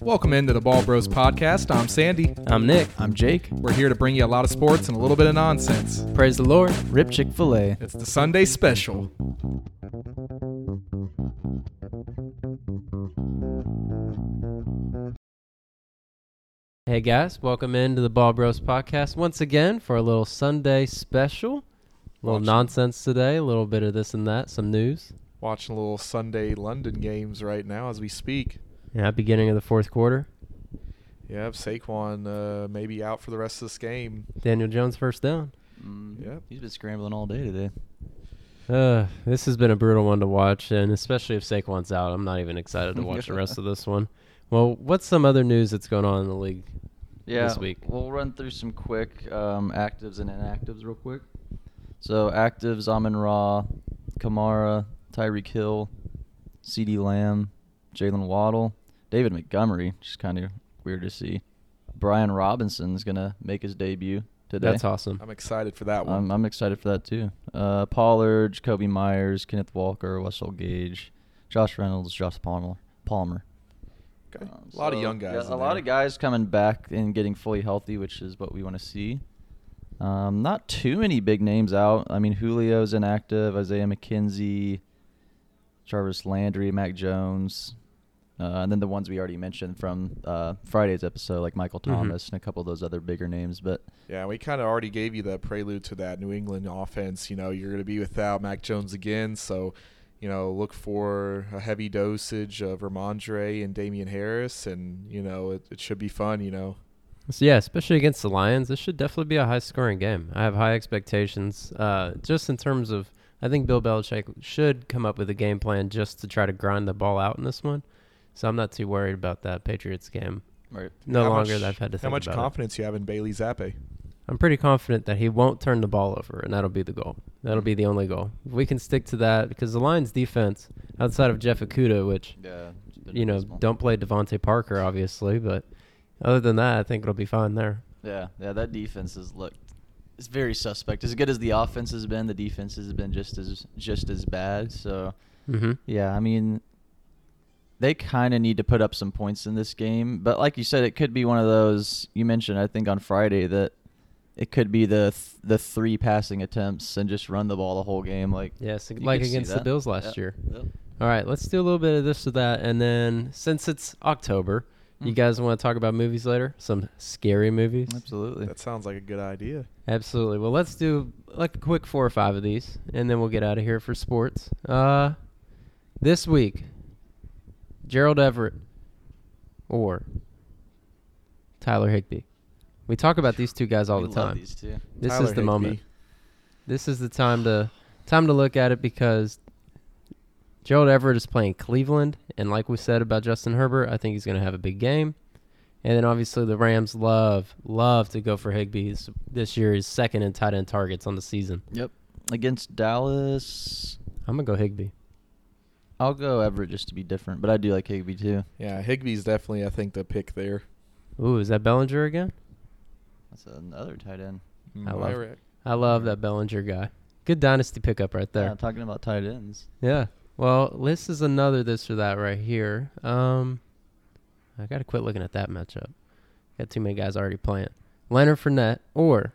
Welcome into the Ball Bros podcast. I'm Sandy. I'm Nick. I'm Jake. We're here to bring you a lot of sports and a little bit of nonsense. Praise the Lord. Rip Chick fil A. It's the Sunday special. Hey guys, welcome into the Ball Bros podcast once again for a little Sunday special. A little Watch. nonsense today, a little bit of this and that, some news. Watching a little Sunday London games right now as we speak. Yeah, beginning of the fourth quarter. Yep, Saquon uh, maybe out for the rest of this game. Daniel Jones first down. Yep. Mm. He's been scrambling all day today. Uh, this has been a brutal one to watch, and especially if Saquon's out, I'm not even excited to watch the rest of this one. Well, what's some other news that's going on in the league? Yeah. This week. We'll run through some quick um, actives and inactives real quick. So actives Amon Ra, Kamara, Tyreek Hill, C.D. Lamb, Jalen Waddle, David Montgomery, which is kind of weird to see. Brian Robinson's gonna make his debut today. That's awesome. I'm excited for that one. I'm, I'm excited for that too. Uh, Pollard, Jacoby Myers, Kenneth Walker, Wessel Gage, Josh Reynolds, Josh Palmer. Palmer. okay. Um, a lot of so, young guys. yeah, a in lot there. of guys coming back and getting fully healthy, which is what we want to see. Um, not too many big names out. I mean, Julio's inactive, Isaiah McKenzie, Jarvis Landry, Mac Jones, uh, and then the ones we already mentioned from uh, Friday's episode, like Michael Mhm. Thomas and a couple of those other bigger names. But Yeah, we kind of already gave you the prelude to that New England offense. You know, you're going to be without Mac Jones again, so you know, look for a heavy dosage of Ramondre and Damian Harris, and you know, it, it should be fun. You know, So yeah, especially against the Lions, this should definitely be a high-scoring game. I have high expectations, uh, just in terms of I think Bill Belichick should come up with a game plan just to try to grind the ball out in this one. So I'm not too worried about that Patriots game. right, No How longer much- that I've had to think how much about it. confidence you have in Bailey Zappe? I'm pretty confident that he won't turn the ball over, and that'll be the goal. That'll be the only goal. If we can stick to that, because the Lions' defense, outside of Jeff Okuda, which yeah, you know don't play Devontae Parker obviously, but other than that, I think it'll be fine there. Yeah, yeah, that defense has looked it's very suspect. As good as the offense has been, the defense has been just as just as bad. So Mm-hmm. yeah, I mean they kind of need to put up some points in this game, but like you said, it could be one of those you mentioned. I think on Friday that it could be the th- the three passing attempts and just run the ball the whole game. Like Yes, you like could see against the that. Bills last Yep, year. yep. All right, let's do a little bit of this or that, and then since it's October, you Mm. guys want to talk about movies later? Some scary movies? Absolutely. That sounds like a good idea. Absolutely. Well, let's do like a quick four or five of these, and then we'll get out of here for sports. Uh, this week, Gerald Everett or Tyler Higby. We talk about these two guys all We the love time. These two. This Tyler is the Higbee. moment. This is the time to time to look at it because Gerald Everett is playing Cleveland, and like we said about Justin Herbert, I think he's going to have a big game. And then obviously the Rams love love to go for Higby this, this year. He's second in tight end targets on the season. Yep. Against Dallas, I'm gonna go Higby. I'll go Everett just to be different, but I do like Higby too. Yeah, Higby's definitely I think the pick there. Ooh, is that Bellinger again? That's another tight end. Mm, I am love- right? I love that Bellinger guy. Good dynasty pickup right Yeah, there. talking about tight ends. Yeah. Well, this is another this or that right here. Um, I gotta quit looking at that matchup. Got too many guys already playing. Leonard Fournette or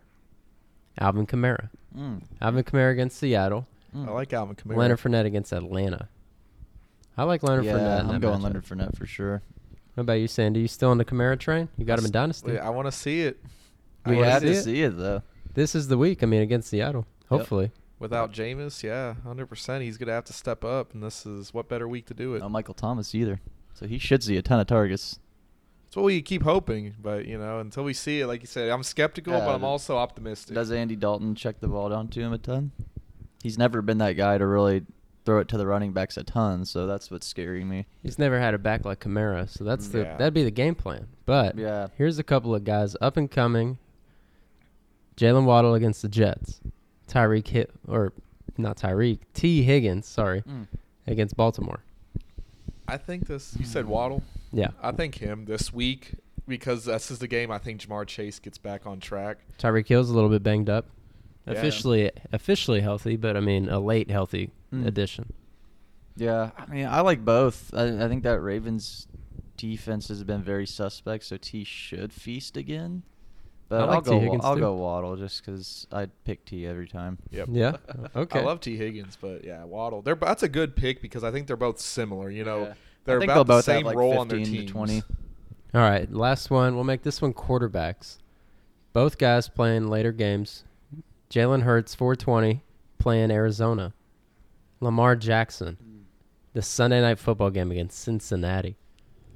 Alvin Kamara. Mm. Alvin Kamara against Seattle. I like Alvin Kamara. Leonard Fournette against Atlanta. I like Leonard yeah, Fournette. in I'm that going matchup. Leonard Fournette for sure. What about you, Sandy? You still on the Kamara train? You got him in dynasty. Wait, I want to see it. I We wanna have see to it. see it though. This is the week. I mean, against Seattle. Yep. Hopefully. Without Jameis, yeah, hundred percent. He's gonna have to step up, and this is what better week to do it. Not Michael Thomas either, so he should see a ton of targets. It's what we keep hoping, but you know, until we see it, like you said, I'm skeptical, Yeah, but I'm but- also optimistic. Does Andy Dalton check the ball down to him a ton? He's never been that guy to really throw it to the running backs a ton, so that's what's scaring me. He's never had a back like Kamara, so that's the Yeah. that'd be the game plan. But Yeah. here's a couple of guys up and coming. Jalen Waddle against the Jets. Tyreek hit or not Tyreek T Higgins, sorry, Hmm. Mm. against Baltimore. I think this. You said Waddle. Yeah, I think him this week because this is the game. I think Jamar Chase gets back on track. Tyreek Hill's a little bit banged up. Yeah. Officially, officially healthy, but I mean a late healthy Hmm. Mm. addition. Yeah, I mean, I like both. I, I think that Ravens defense has been very suspect, so T should feast again. But I like I'll T. go. Wa- Higgins, I'll too. go Waddle just because I pick T every time. Yep. Yeah. Okay. I love T Higgins, but yeah, Waddle. They're that's a good pick because I think they're both similar. You know, Yeah. I they're think about they'll the both have, same like, role on their 15 to teams. 20. All right, last one. We'll make this one quarterbacks. Both guys playing later games. Jalen Hurts, 420, playing Arizona. Lamar Jackson, the Sunday night football game against Cincinnati.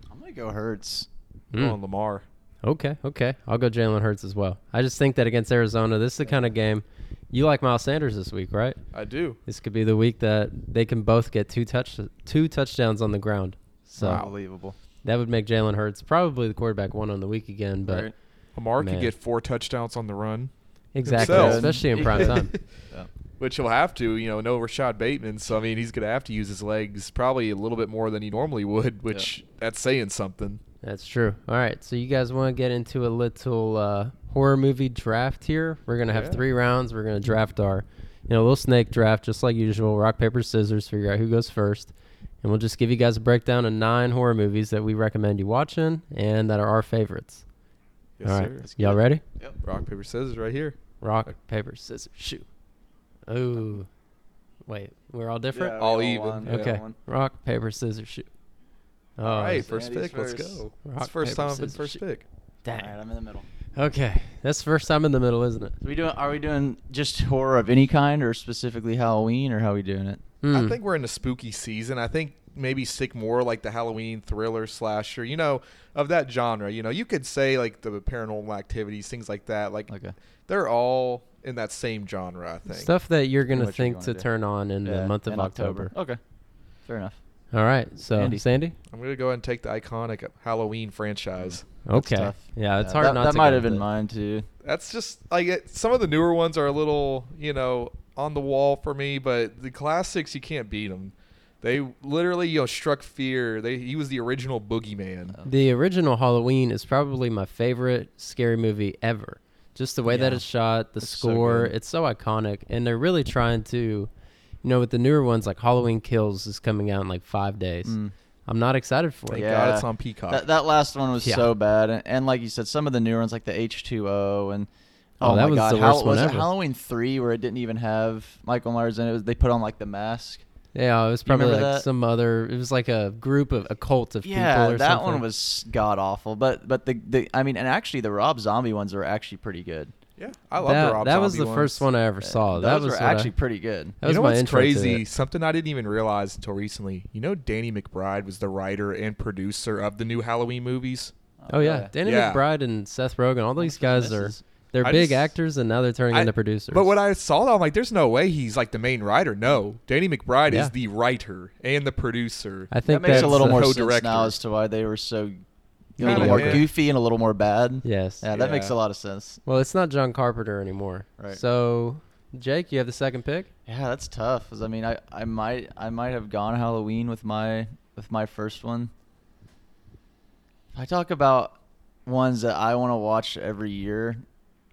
I'm gonna go Hurts. Go Mm. on Lamar. Okay, okay. I'll go Jalen Hurts as well. I just think that against Arizona, this is the kind of game you like Miles Sanders this week, right? I do. This could be the week that they can both get two touch two touchdowns on the ground. So Unbelievable. that would make Jalen Hurts probably the quarterback one on the week again, but Right. Lamar Man. could get four touchdowns on the run, exactly, Himself. especially in prime time. Yeah. which he'll have to. You know, no Rashad Bateman, so I mean he's gonna have to use his legs probably a little bit more than he normally would, which that's saying something. That's true. All right, so you guys want to get into a little uh, horror movie draft here? We're gonna have Yeah. three rounds. We're gonna draft our, you know, little snake draft, just like usual. Rock paper scissors, figure out who goes first, and we'll just give you guys a breakdown of nine horror movies that we recommend you watching and that are our favorites. Yes, All right, sir. y'all ready? Rock paper scissors right here. Rock paper scissors shoot. Ooh, wait, we're all different. we all all even. won. okay, rock paper scissors shoot. Oh, All right, it's- first Andy's pick. let Let's first. go. Rock, it's first paper, time I've been scissors, first shoot. pick. dang. All right, I'm in the middle. Okay, that's the first time in the middle, isn't it? So we doing? Are we doing just horror of any kind, or specifically Halloween, or how we doing it? I Hmm. think we're in a spooky season. I think maybe stick more like the Halloween thriller slasher, you know, of that genre. You know, you could say like the paranormal activities, things like that. Like Okay. they're all in that same genre. I think. stuff that you're gonna What you're think gonna to do. turn on in the Yeah, month of in October. Okay. Fair enough. All right, so Andy. Sandy. I'm gonna go ahead and take the iconic Halloween franchise. Okay. tough. Yeah, it's hard that, not That to might go have with been it. mine too. That's just like it- some of the newer ones are a little, you know, on the wall for me, but the classics you can't beat them. They literally, you know, struck fear. They he was the original boogeyman. The original Halloween is probably my favorite scary movie ever. Just the way that Yeah. it's shot, the It's so score, good. it's so iconic, and they're really trying to, you know, with the newer ones like Halloween Kills is coming out in like five days. Mm. I'm not excited for Thank it. Yeah. God it's on Peacock. That, that last one was Yeah. so bad, and, and like you said, some of the newer ones, like the H two O, and Oh, that my was God, the Hall- worst one was it ever. Halloween three where it didn't even have Michael Myers in it? It was- They put on like the mask. Yeah, it was You probably like remember that? some other. It was like a group of a cult of Yeah, people or that something. one was god awful. But but the, the I mean, and actually the Rob Zombie ones are actually pretty good. yeah, I love that, the Rob that was the Zombie ones. first one I ever saw. Those that were was what I- actually pretty good. you That was know my what's intro to crazy? it. Something I didn't even realize until recently. You know, Danny McBride was the writer and producer of the new Halloween movies. Oh yeah, Okay. Danny Yeah. McBride and Seth Rogen, all these guys are misses. they're I big just- actors, and now they're turning I- into producers. But when I saw that, I'm like, "There's no way he's like the main writer." No, Danny McBride Yeah. is the writer and the producer. I think That makes that's a little the- more sense co-director. now as to why they were so a Kinda, little more yeah. goofy and a little more bad. Yes. Yeah, that makes Yeah. a lot of sense. Well, it's not John Carpenter anymore. Right. So, Jake, you have the second pick. Yeah, that's tough. 'cause, I mean, I, I might I might have gone Halloween with my with my first one. I talk about ones that I want to watch every year.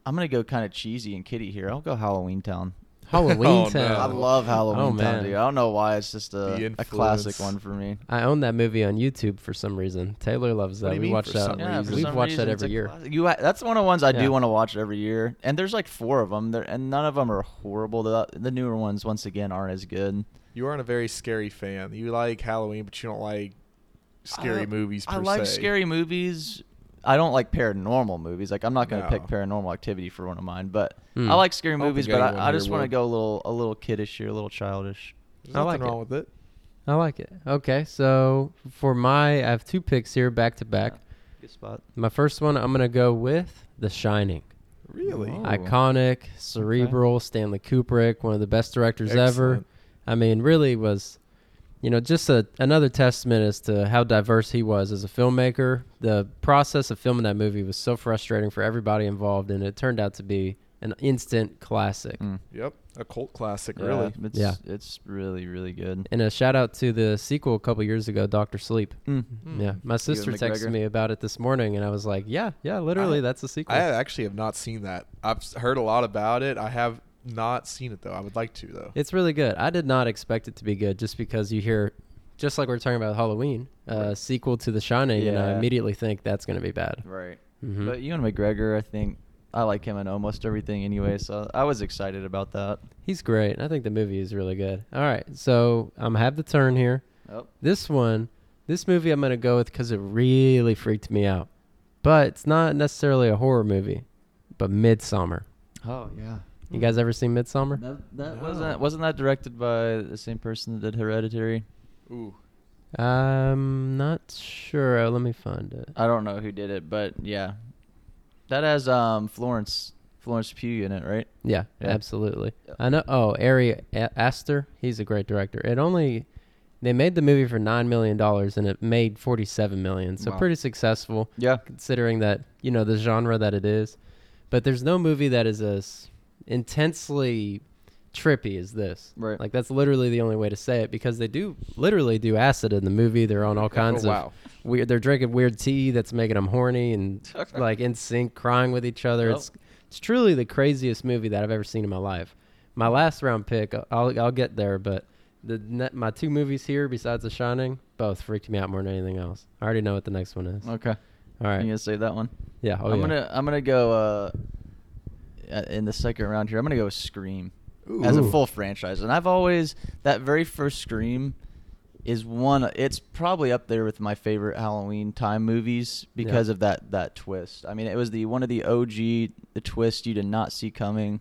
I'm gonna go kind of cheesy and kitty here. I'll go Halloween Town. Halloween Oh, Town. no. I love Halloween Oh, Town, man. dude. I don't know why it's just The a, a influence. classic one for me. I own that movie on YouTube for some reason. Taylor loves What that. do you We mean watch for that. some Yeah, reason? for We've some watched that reason, it's every a year. classic. You, ha- that's one of the ones I Yeah. do want to watch every year, and there's like four of them, there, and none of them are horrible. The, the newer ones, once again, aren't as good. You aren't a very scary fan. You like Halloween, but you don't like scary I- movies. Per I like se. scary movies. I don't like paranormal movies. Like I'm not gonna pick No. Paranormal Activity for one of mine, but Hmm. I like scary I don't movies. think But anyone I, I here just want to would. go a little a little kiddish here, a little childish. There's I nothing like wrong it. with it. I like it. Okay, so for my, I have two picks here back to back. Good spot. My first one, I'm gonna go with The Shining. Really? Oh. Iconic, cerebral, Stanley Kubrick, one of the best directors ever. Excellent. I mean, really was, you know, just a, another testament as to how diverse he was as a filmmaker. The process of filming that movie was so frustrating for everybody involved, and it turned out to be an instant classic. Yep, a cult classic. Mm. Yeah, Really? It's, Yeah. It's really really good. And a shout out to the sequel a couple years ago, Doctor Sleep. Mm. Yeah, my sister texted McGregor. me about it this morning, and I was like, "Yeah, yeah, literally, that's a sequel." I actually have not seen that. I've s- heard a lot about it. I have not seen it though. I would like to though. It's really good. I did not expect it to be good just because you hear just like we are talking about Halloween, uh, Right. sequel to The Shining, and I Yeah. immediately think that's going to be bad. Right. Mhm. But Ewan McGregor, I think I like him in almost everything anyway, so I was excited about that. He's great. and I think the movie is really good. All right, so I'm gonna have the turn here. Oh, This one, this movie, I'm gonna go with because it really freaked me out. But it's not necessarily a horror movie, but Midsummer. oh yeah. You guys ever seen Midsummer? That, that No. wasn't wasn't that directed by the same person that did Hereditary? Ooh. I'm not sure. Uh, Let me find it. I don't know who did it, but yeah, that has um Florence Florence Pugh in it, right? Yeah, Yeah. absolutely. Yeah. I know. Oh, Ari A- Aster, he's a great director. It only they made the movie for nine million dollars and it made forty-seven million, so Wow. pretty successful Yeah. considering that you know the genre that it is. But there's no movie that is as intensely trippy as this. Right. Like that's literally the only way to say it because they do literally do acid in the movie. They're on all kinds oh, of wow. weird. They're drinking weird tea that's making them horny and like in sync, crying with each other. Yep. It's it's truly the craziest movie that I've ever seen in my life. My last round pick, uh, I'll I'll get there, but the ne- my two movies here besides The Shining both freaked me out more than anything else. I already know what the next one is. Okay. All right, You gonna save that one? yeah, oh I'm yeah. gonna I'm gonna go uh uh, in the second round here. I'm gonna go with Scream as a Ooh. full franchise, and I've always that very first Scream is one. It's probably up there with my favorite Halloween time movies because Yeah. of that that twist. I mean, it was the one of the OG the twist you did not see coming.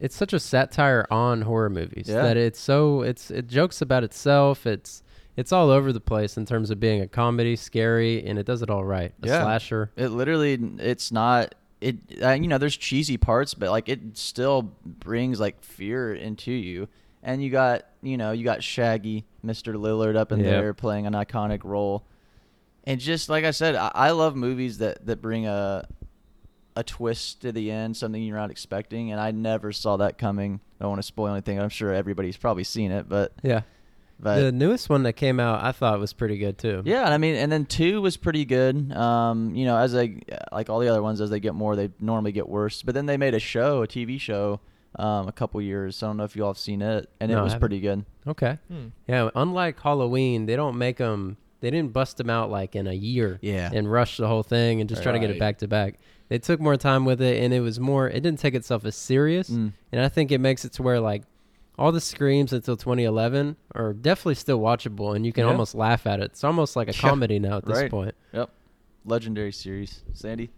it's such a satire on horror movies Yeah. that it's so it's it jokes about itself. It's it's all over the place in terms of being a comedy, scary, and it does it all right. A Yeah. slasher. It literally, it's not. It uh, you know, there's cheesy parts, but like it still brings like fear into you. And you got you know you got Shaggy, Mr. Lillard up in Yep. there playing an iconic role. And just like I said, I, I love movies that that bring a a twist to the end, something you're not expecting. And I never saw that coming. I don't want to spoil anything. I'm sure everybody's probably seen it, but Yeah. but the newest one that came out, I thought was pretty good too. Yeah, and I mean, and then two was pretty good. Um, you know, as they like all the other ones, as they get more, they normally get worse. But then they made a show, a TV show, um, a couple years. I don't know if you all have seen it, and No, I it was haven't. pretty good. Okay. Hmm. Yeah. Unlike Halloween, they don't make them. They didn't bust them out like in a year. Yeah. And rush the whole thing and just try to get it Right. back to back. They took more time with it, and it was more. It didn't take itself as serious, Mm. and I think it makes it to where like all the screams until 2011 are definitely still watchable, and you can Yeah. almost laugh at it. It's almost like a Yeah, comedy now at this right. point. Yep, legendary series. Sandy.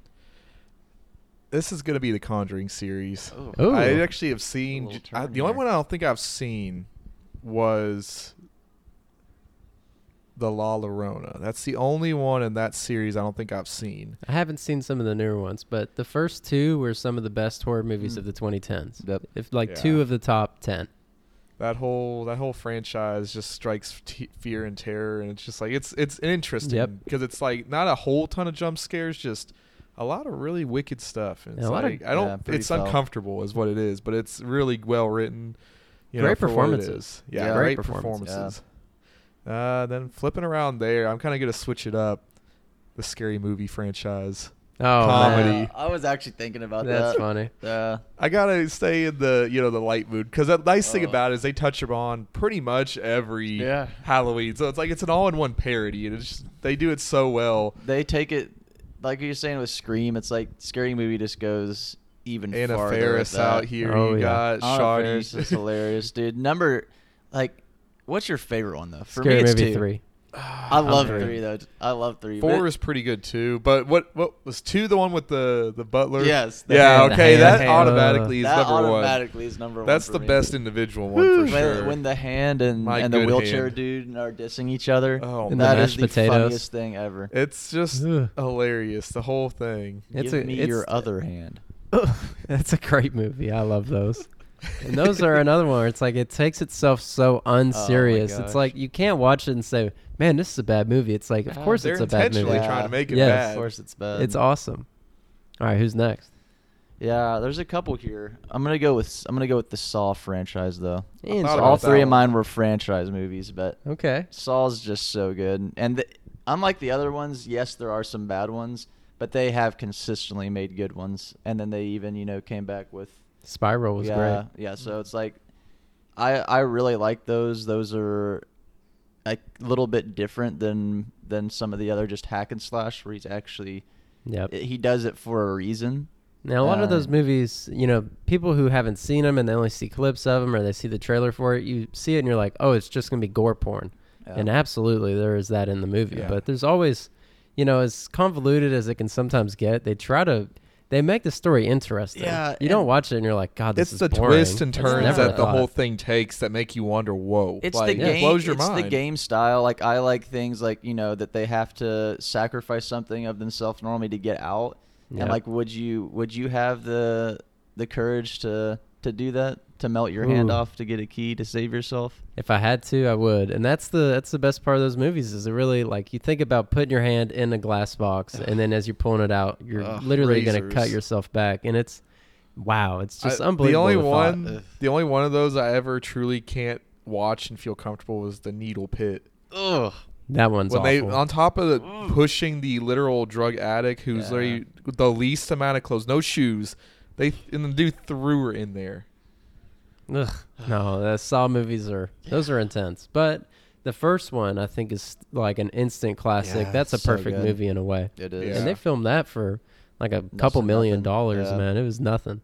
This is gonna be the Conjuring series. Oh. Ooh. I actually have seen. Little j- I- turn the only here. one I don't think I've seen was the La Llorona. That's the only one in that series I don't think I've seen. I haven't seen some of the newer ones, but the first two were some of the best horror movies Mm. of the 2010s. Yep. If like two Yeah. of the top ten. That whole that whole franchise just strikes t- fear and terror, and it's just like it's it's interesting Yep. because it's like not a whole ton of jump scares, just a lot of really wicked stuff. And Yeah, it's a lot of- like I don't. Yeah, pretty it's foul. uncomfortable, is what it is, but it's really well written. You know, Great for what it performances. is. Yeah, Yeah. great, Great performances. performances. Uh, then flipping around there, I'm kind of gonna switch it up. The scary movie franchise. Oh, Comedy. man. Yeah, I was actually thinking about that's that. funny. Uh, I gotta stay in the you know the light mood because the nice thing Uh. Oh. about it is they touch upon pretty much every Yeah. Halloween, so it's like it's an all-in-one parody, and it's just, they do it so well. they take it like you're saying with Scream. It's like scary movie just goes even Anna farther. with Faris out that. here, Oh, you yeah. got Anna Shoddy. Faris is hilarious, dude. Number, like, what's your favorite one though? For Scary me, it's Movie two. three. I love three. three though. I love three. Four but- is pretty good too, but what what was two the one with the the butler? Yes, the yeah, hand- the okay, hand- that hand. automatically is that number one. automatically is number one. That's for the me. best individual Whew. one for when, sure. when the hand and, My and the good wheelchair hand. dude are dissing each other. Oh, And the that mashed is the potatoes. funniest thing ever. it's just Ugh. hilarious, the whole thing. It's Give a- me it's- your other hand. That's a great movie. I love those. And those are another one where it's like it takes itself so unserious. it's gosh. like you can't watch it and say, "Man, this is a bad movie." It's like, of Ah, course, They're it's a bad intentionally movie. Yeah. trying to make it Yes. bad. Of course, it's bad. It's awesome. All right, who's next? Yeah, there's a couple here. I'm gonna go with I'm gonna go with the Saw franchise though. Ian thought Somerville. about All three that of one. mine were franchise movies, but Okay. Saw's just so good. And the, unlike the other ones, yes, there are some bad ones, but they have consistently made good ones. And then they even, you know, came back with Spiral was yeah, great. yeah. So it's like, I I really like those. Those are a little bit different than than some of the other just hack and slash where he's actually Yep. he does it for a reason. Now, a lot of those Uh, movies, you know, people who haven't seen them and they only see clips of them or they see the trailer for it, you see it and you're like, oh, it's just going to be gore porn. And absolutely, there is that in the movie. Yeah. But there's always, you know, as convoluted as it can sometimes get, they try to. They make the story interesting. Yeah, you don't and- watch it and you're like, God, oh, this it's is the boring. twists and That's turns never that the thought. whole thing takes that make you wonder, whoa. It's like, the it game. blows your it's mind. the game style. Like I like things like you know that they have to sacrifice something of themselves normally to get out. Yep. And like, would you would you have the the courage to to do that to melt your hand Ooh. off to get a key to save yourself? If I had to, I would. And that's the that's the best part of those movies is it really like you think about putting your hand in a glass box and then as you're pulling it out, you're Ugh, literally going to razors. cut yourself back and it's wow, it's just I- The unbelievable. only to thought. one, Ugh. the only one of those I ever truly can't watch and feel comfortable was the needle pit. Ugh. that one's when they awful. on top of the, Ugh. pushing the literal drug addict who's Yeah. literally the least amount of clothes, no shoes, they and the dude threw her in there. Ugh, no, the Saw movies are those are intense. But the first one I think is like an instant classic. Yeah, That's a so perfect good. movie in a way. It is. Yeah. And they filmed that for like a couple to million nothing. dollars, Yeah. man. It was nothing.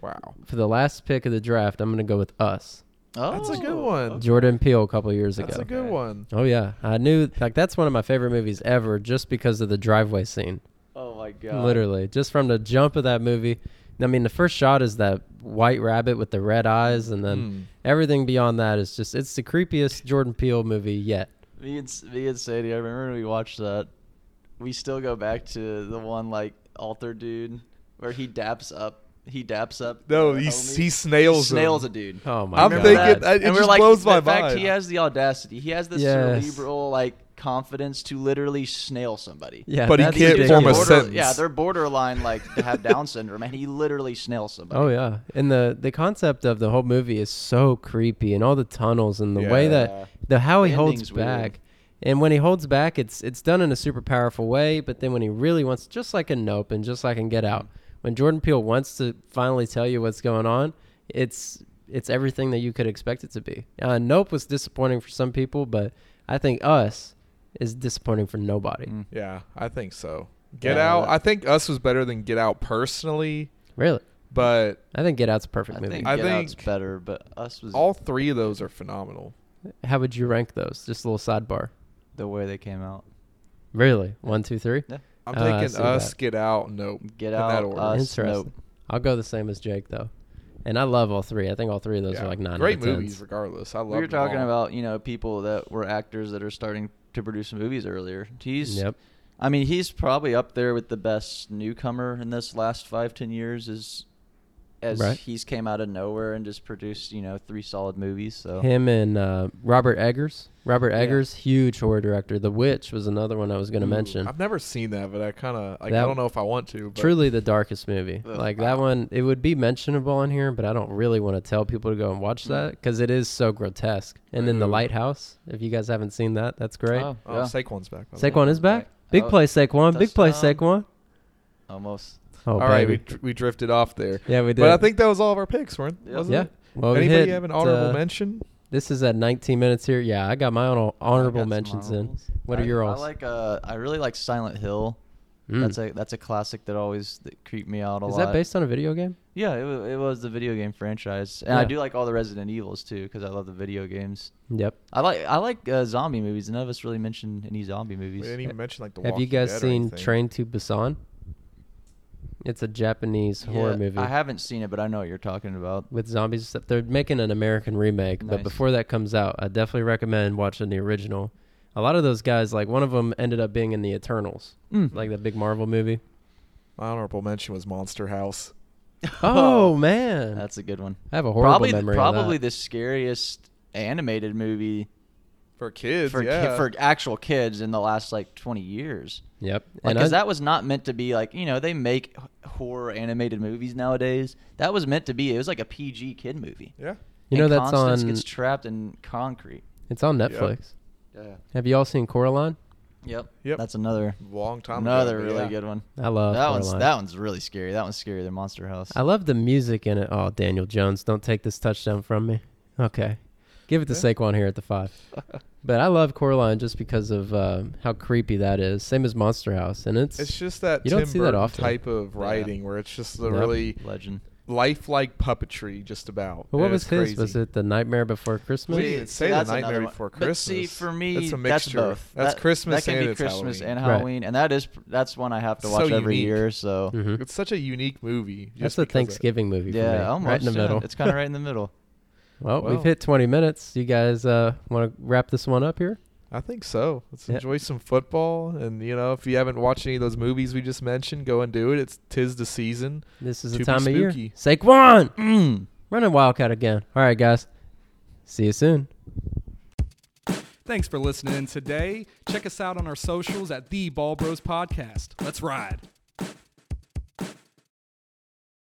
Wow, For the last pick of the draft, I'm going to go with Us. Oh, That's a good one. okay. Jordan Peele a couple years that's ago. a good Okay. one. Oh yeah, I knew like that's one of my favorite movies ever, just because of the driveway scene. Oh my god. Literally, just from the jump of that movie. I mean, the first shot is that white rabbit with the red eyes, and then Hmm. everything beyond that is just it's the creepiest Jordan Peele movie yet. Me and S- me and Sadie, I remember when we watched that. We still go back to the one like altar dude where he daps up. He daps up. No, the he homie. he snails him. snails a dude. Oh my I'm god! thinking that. I- it and just we're like, blows my in fact, mind. he has the audacity. He has this Yes. cerebral like confidence to literally snail somebody. yeah, but he that's can't Dude, form a border- ridiculous. sentence. Yeah, they're borderline like to have Down syndrome, and he literally snails somebody. Oh yeah, and the the concept of the whole movie is so creepy, and all the tunnels, and the way Yeah. that the how he The holds ending's weird. back, and when he holds back, it's it's done in a super powerful way. But then when he really wants, just like in Nope, and just like in Get Out, when Jordan Peele wants to finally tell you what's going on, it's it's everything that you could expect it to be. Uh, nope was disappointing for some people, but I think Us is disappointing for nobody. Mm. Yeah, I think so. Get Yeah, out. that- I think Us was better than Get Out personally, Really, but I think Get Out's a perfect I movie. think I Get Out's think better, but Us was all three of those are phenomenal. how would you rank those? Just a little sidebar. the way they came out. Really, one, two, three. I'm Oh, I taking see Us, that. Get Out, Nope. Get in that Out, order. Us, Interesting. Nope. I'll go the same as Jake though, and I love all three. I think all three of those Yeah. are like nine. Great out of tens. movies, regardless. I love. We were talking about you know people that were actors that are starting to produce movies earlier. He's Yep. I mean, he's probably up there with the best newcomer in this last five ten years. Is as Right. he's came out of nowhere and just produced you know three solid movies. So Him and uh, Robert Eggers. Robert Yeah. Eggers, huge horror director. The Witch was another one I was going to Ooh, mention. I've never seen that, but I kind of like. That- I don't know if I want to. But Truly the darkest movie. Ugh. like that one, it would be mentionable on here, but I don't really want to tell people to go and watch Mm. that because it is so grotesque. And then The Ooh. Lighthouse. If you guys haven't seen that, that's great. Oh, Oh, yeah. Saquon's back. by the way. Saquon is back. Big Oh, play, Saquon. Big play, Saquon. touchdown. almost. Oh, all right, we, baby. dr- we drifted off there, yeah, we did. but I think that was all of our picks, weren't? Yeah. Wasn't yeah. It? Well, we Anybody hit, have an honorable uh, mention? This is at 19 minutes here. Yeah, I got my own honorable I got some mentions in. honorables. What are I- your I alls? like uh, I really like Silent Hill. Mm. That's a that's a classic that always that creeped me out a Is lot. that based on a video game? Yeah, it was, it was the video game franchise, and I Yeah. do like all the Resident Evils too because I love the video games. Yep. I like I like uh, zombie movies. None of us really mentioned any zombie We movies. didn't even mention like the. Have you Walking guys Dead or seen anything. Train to Busan? It's a Japanese horror Yeah, movie I haven't seen it, but I know what you're talking about. with zombies. and stuff. They're making an American remake, but Nice. before that comes out, I definitely recommend watching the original. A lot of those guys, like one of them, ended up being in the Eternals, Mm. like the big Marvel movie. My honorable mention was Monster House. Oh, man, that's a good one. I have a horrible Probably memory. of that. probably the scariest animated movie For kids, for ki- yeah. for actual kids in the last like 20 years. Yep. Like, And cause I- that was not meant to be like you know they make h- horror animated movies nowadays. That was meant to be. It was like a PG kid movie. yeah. you know And that's Constance on. gets trapped in concrete. It's on Yep. Netflix. Yeah. Have you all seen Coraline? Yep. Yep. That's another Long time. ago, another but really yeah. good one. I love that Coraline. one's that one's really scary. That one's scarier than Monster House. I love the music in it. Oh, Daniel Jones, don't take this touchdown from me. Okay. Give it to Yeah. Saquon here at the five. But I love Coraline just because of uh, how creepy that is. Same as Monster House, and it's, It's just that You don't Tim see that Burton often. type of Yeah. writing where it's just the Nope. really Legend. lifelike puppetry, just about. But what And was it's his? crazy. Was it the Nightmare Before Christmas? We didn't say the that's another Nightmare one. Before But Christmas. see, for me, that's a that's mixture. both. That's That- Christmas that can and be it's Christmas Halloween. and Right. Halloween, and that is that's one I have to So watch every unique. year. So Mhm. It's such a unique movie. That's just a because of- Thanksgiving movie for me. yeah, almost right in the yeah. middle. It's kind of right in the middle. Well, Well. we've hit 20 minutes. You guys uh, want to wrap this one up here? I think so. Let's Yeah. enjoy some football, and you know, if you haven't watched any of those movies we just mentioned, go and do it. It's tis the season. This is To be the time of year. spooky. Saquon, Mm. running wildcat again. All right, guys. See you soon. Thanks for listening today. Check us out on our socials at The Ball Bros Podcast. Let's ride.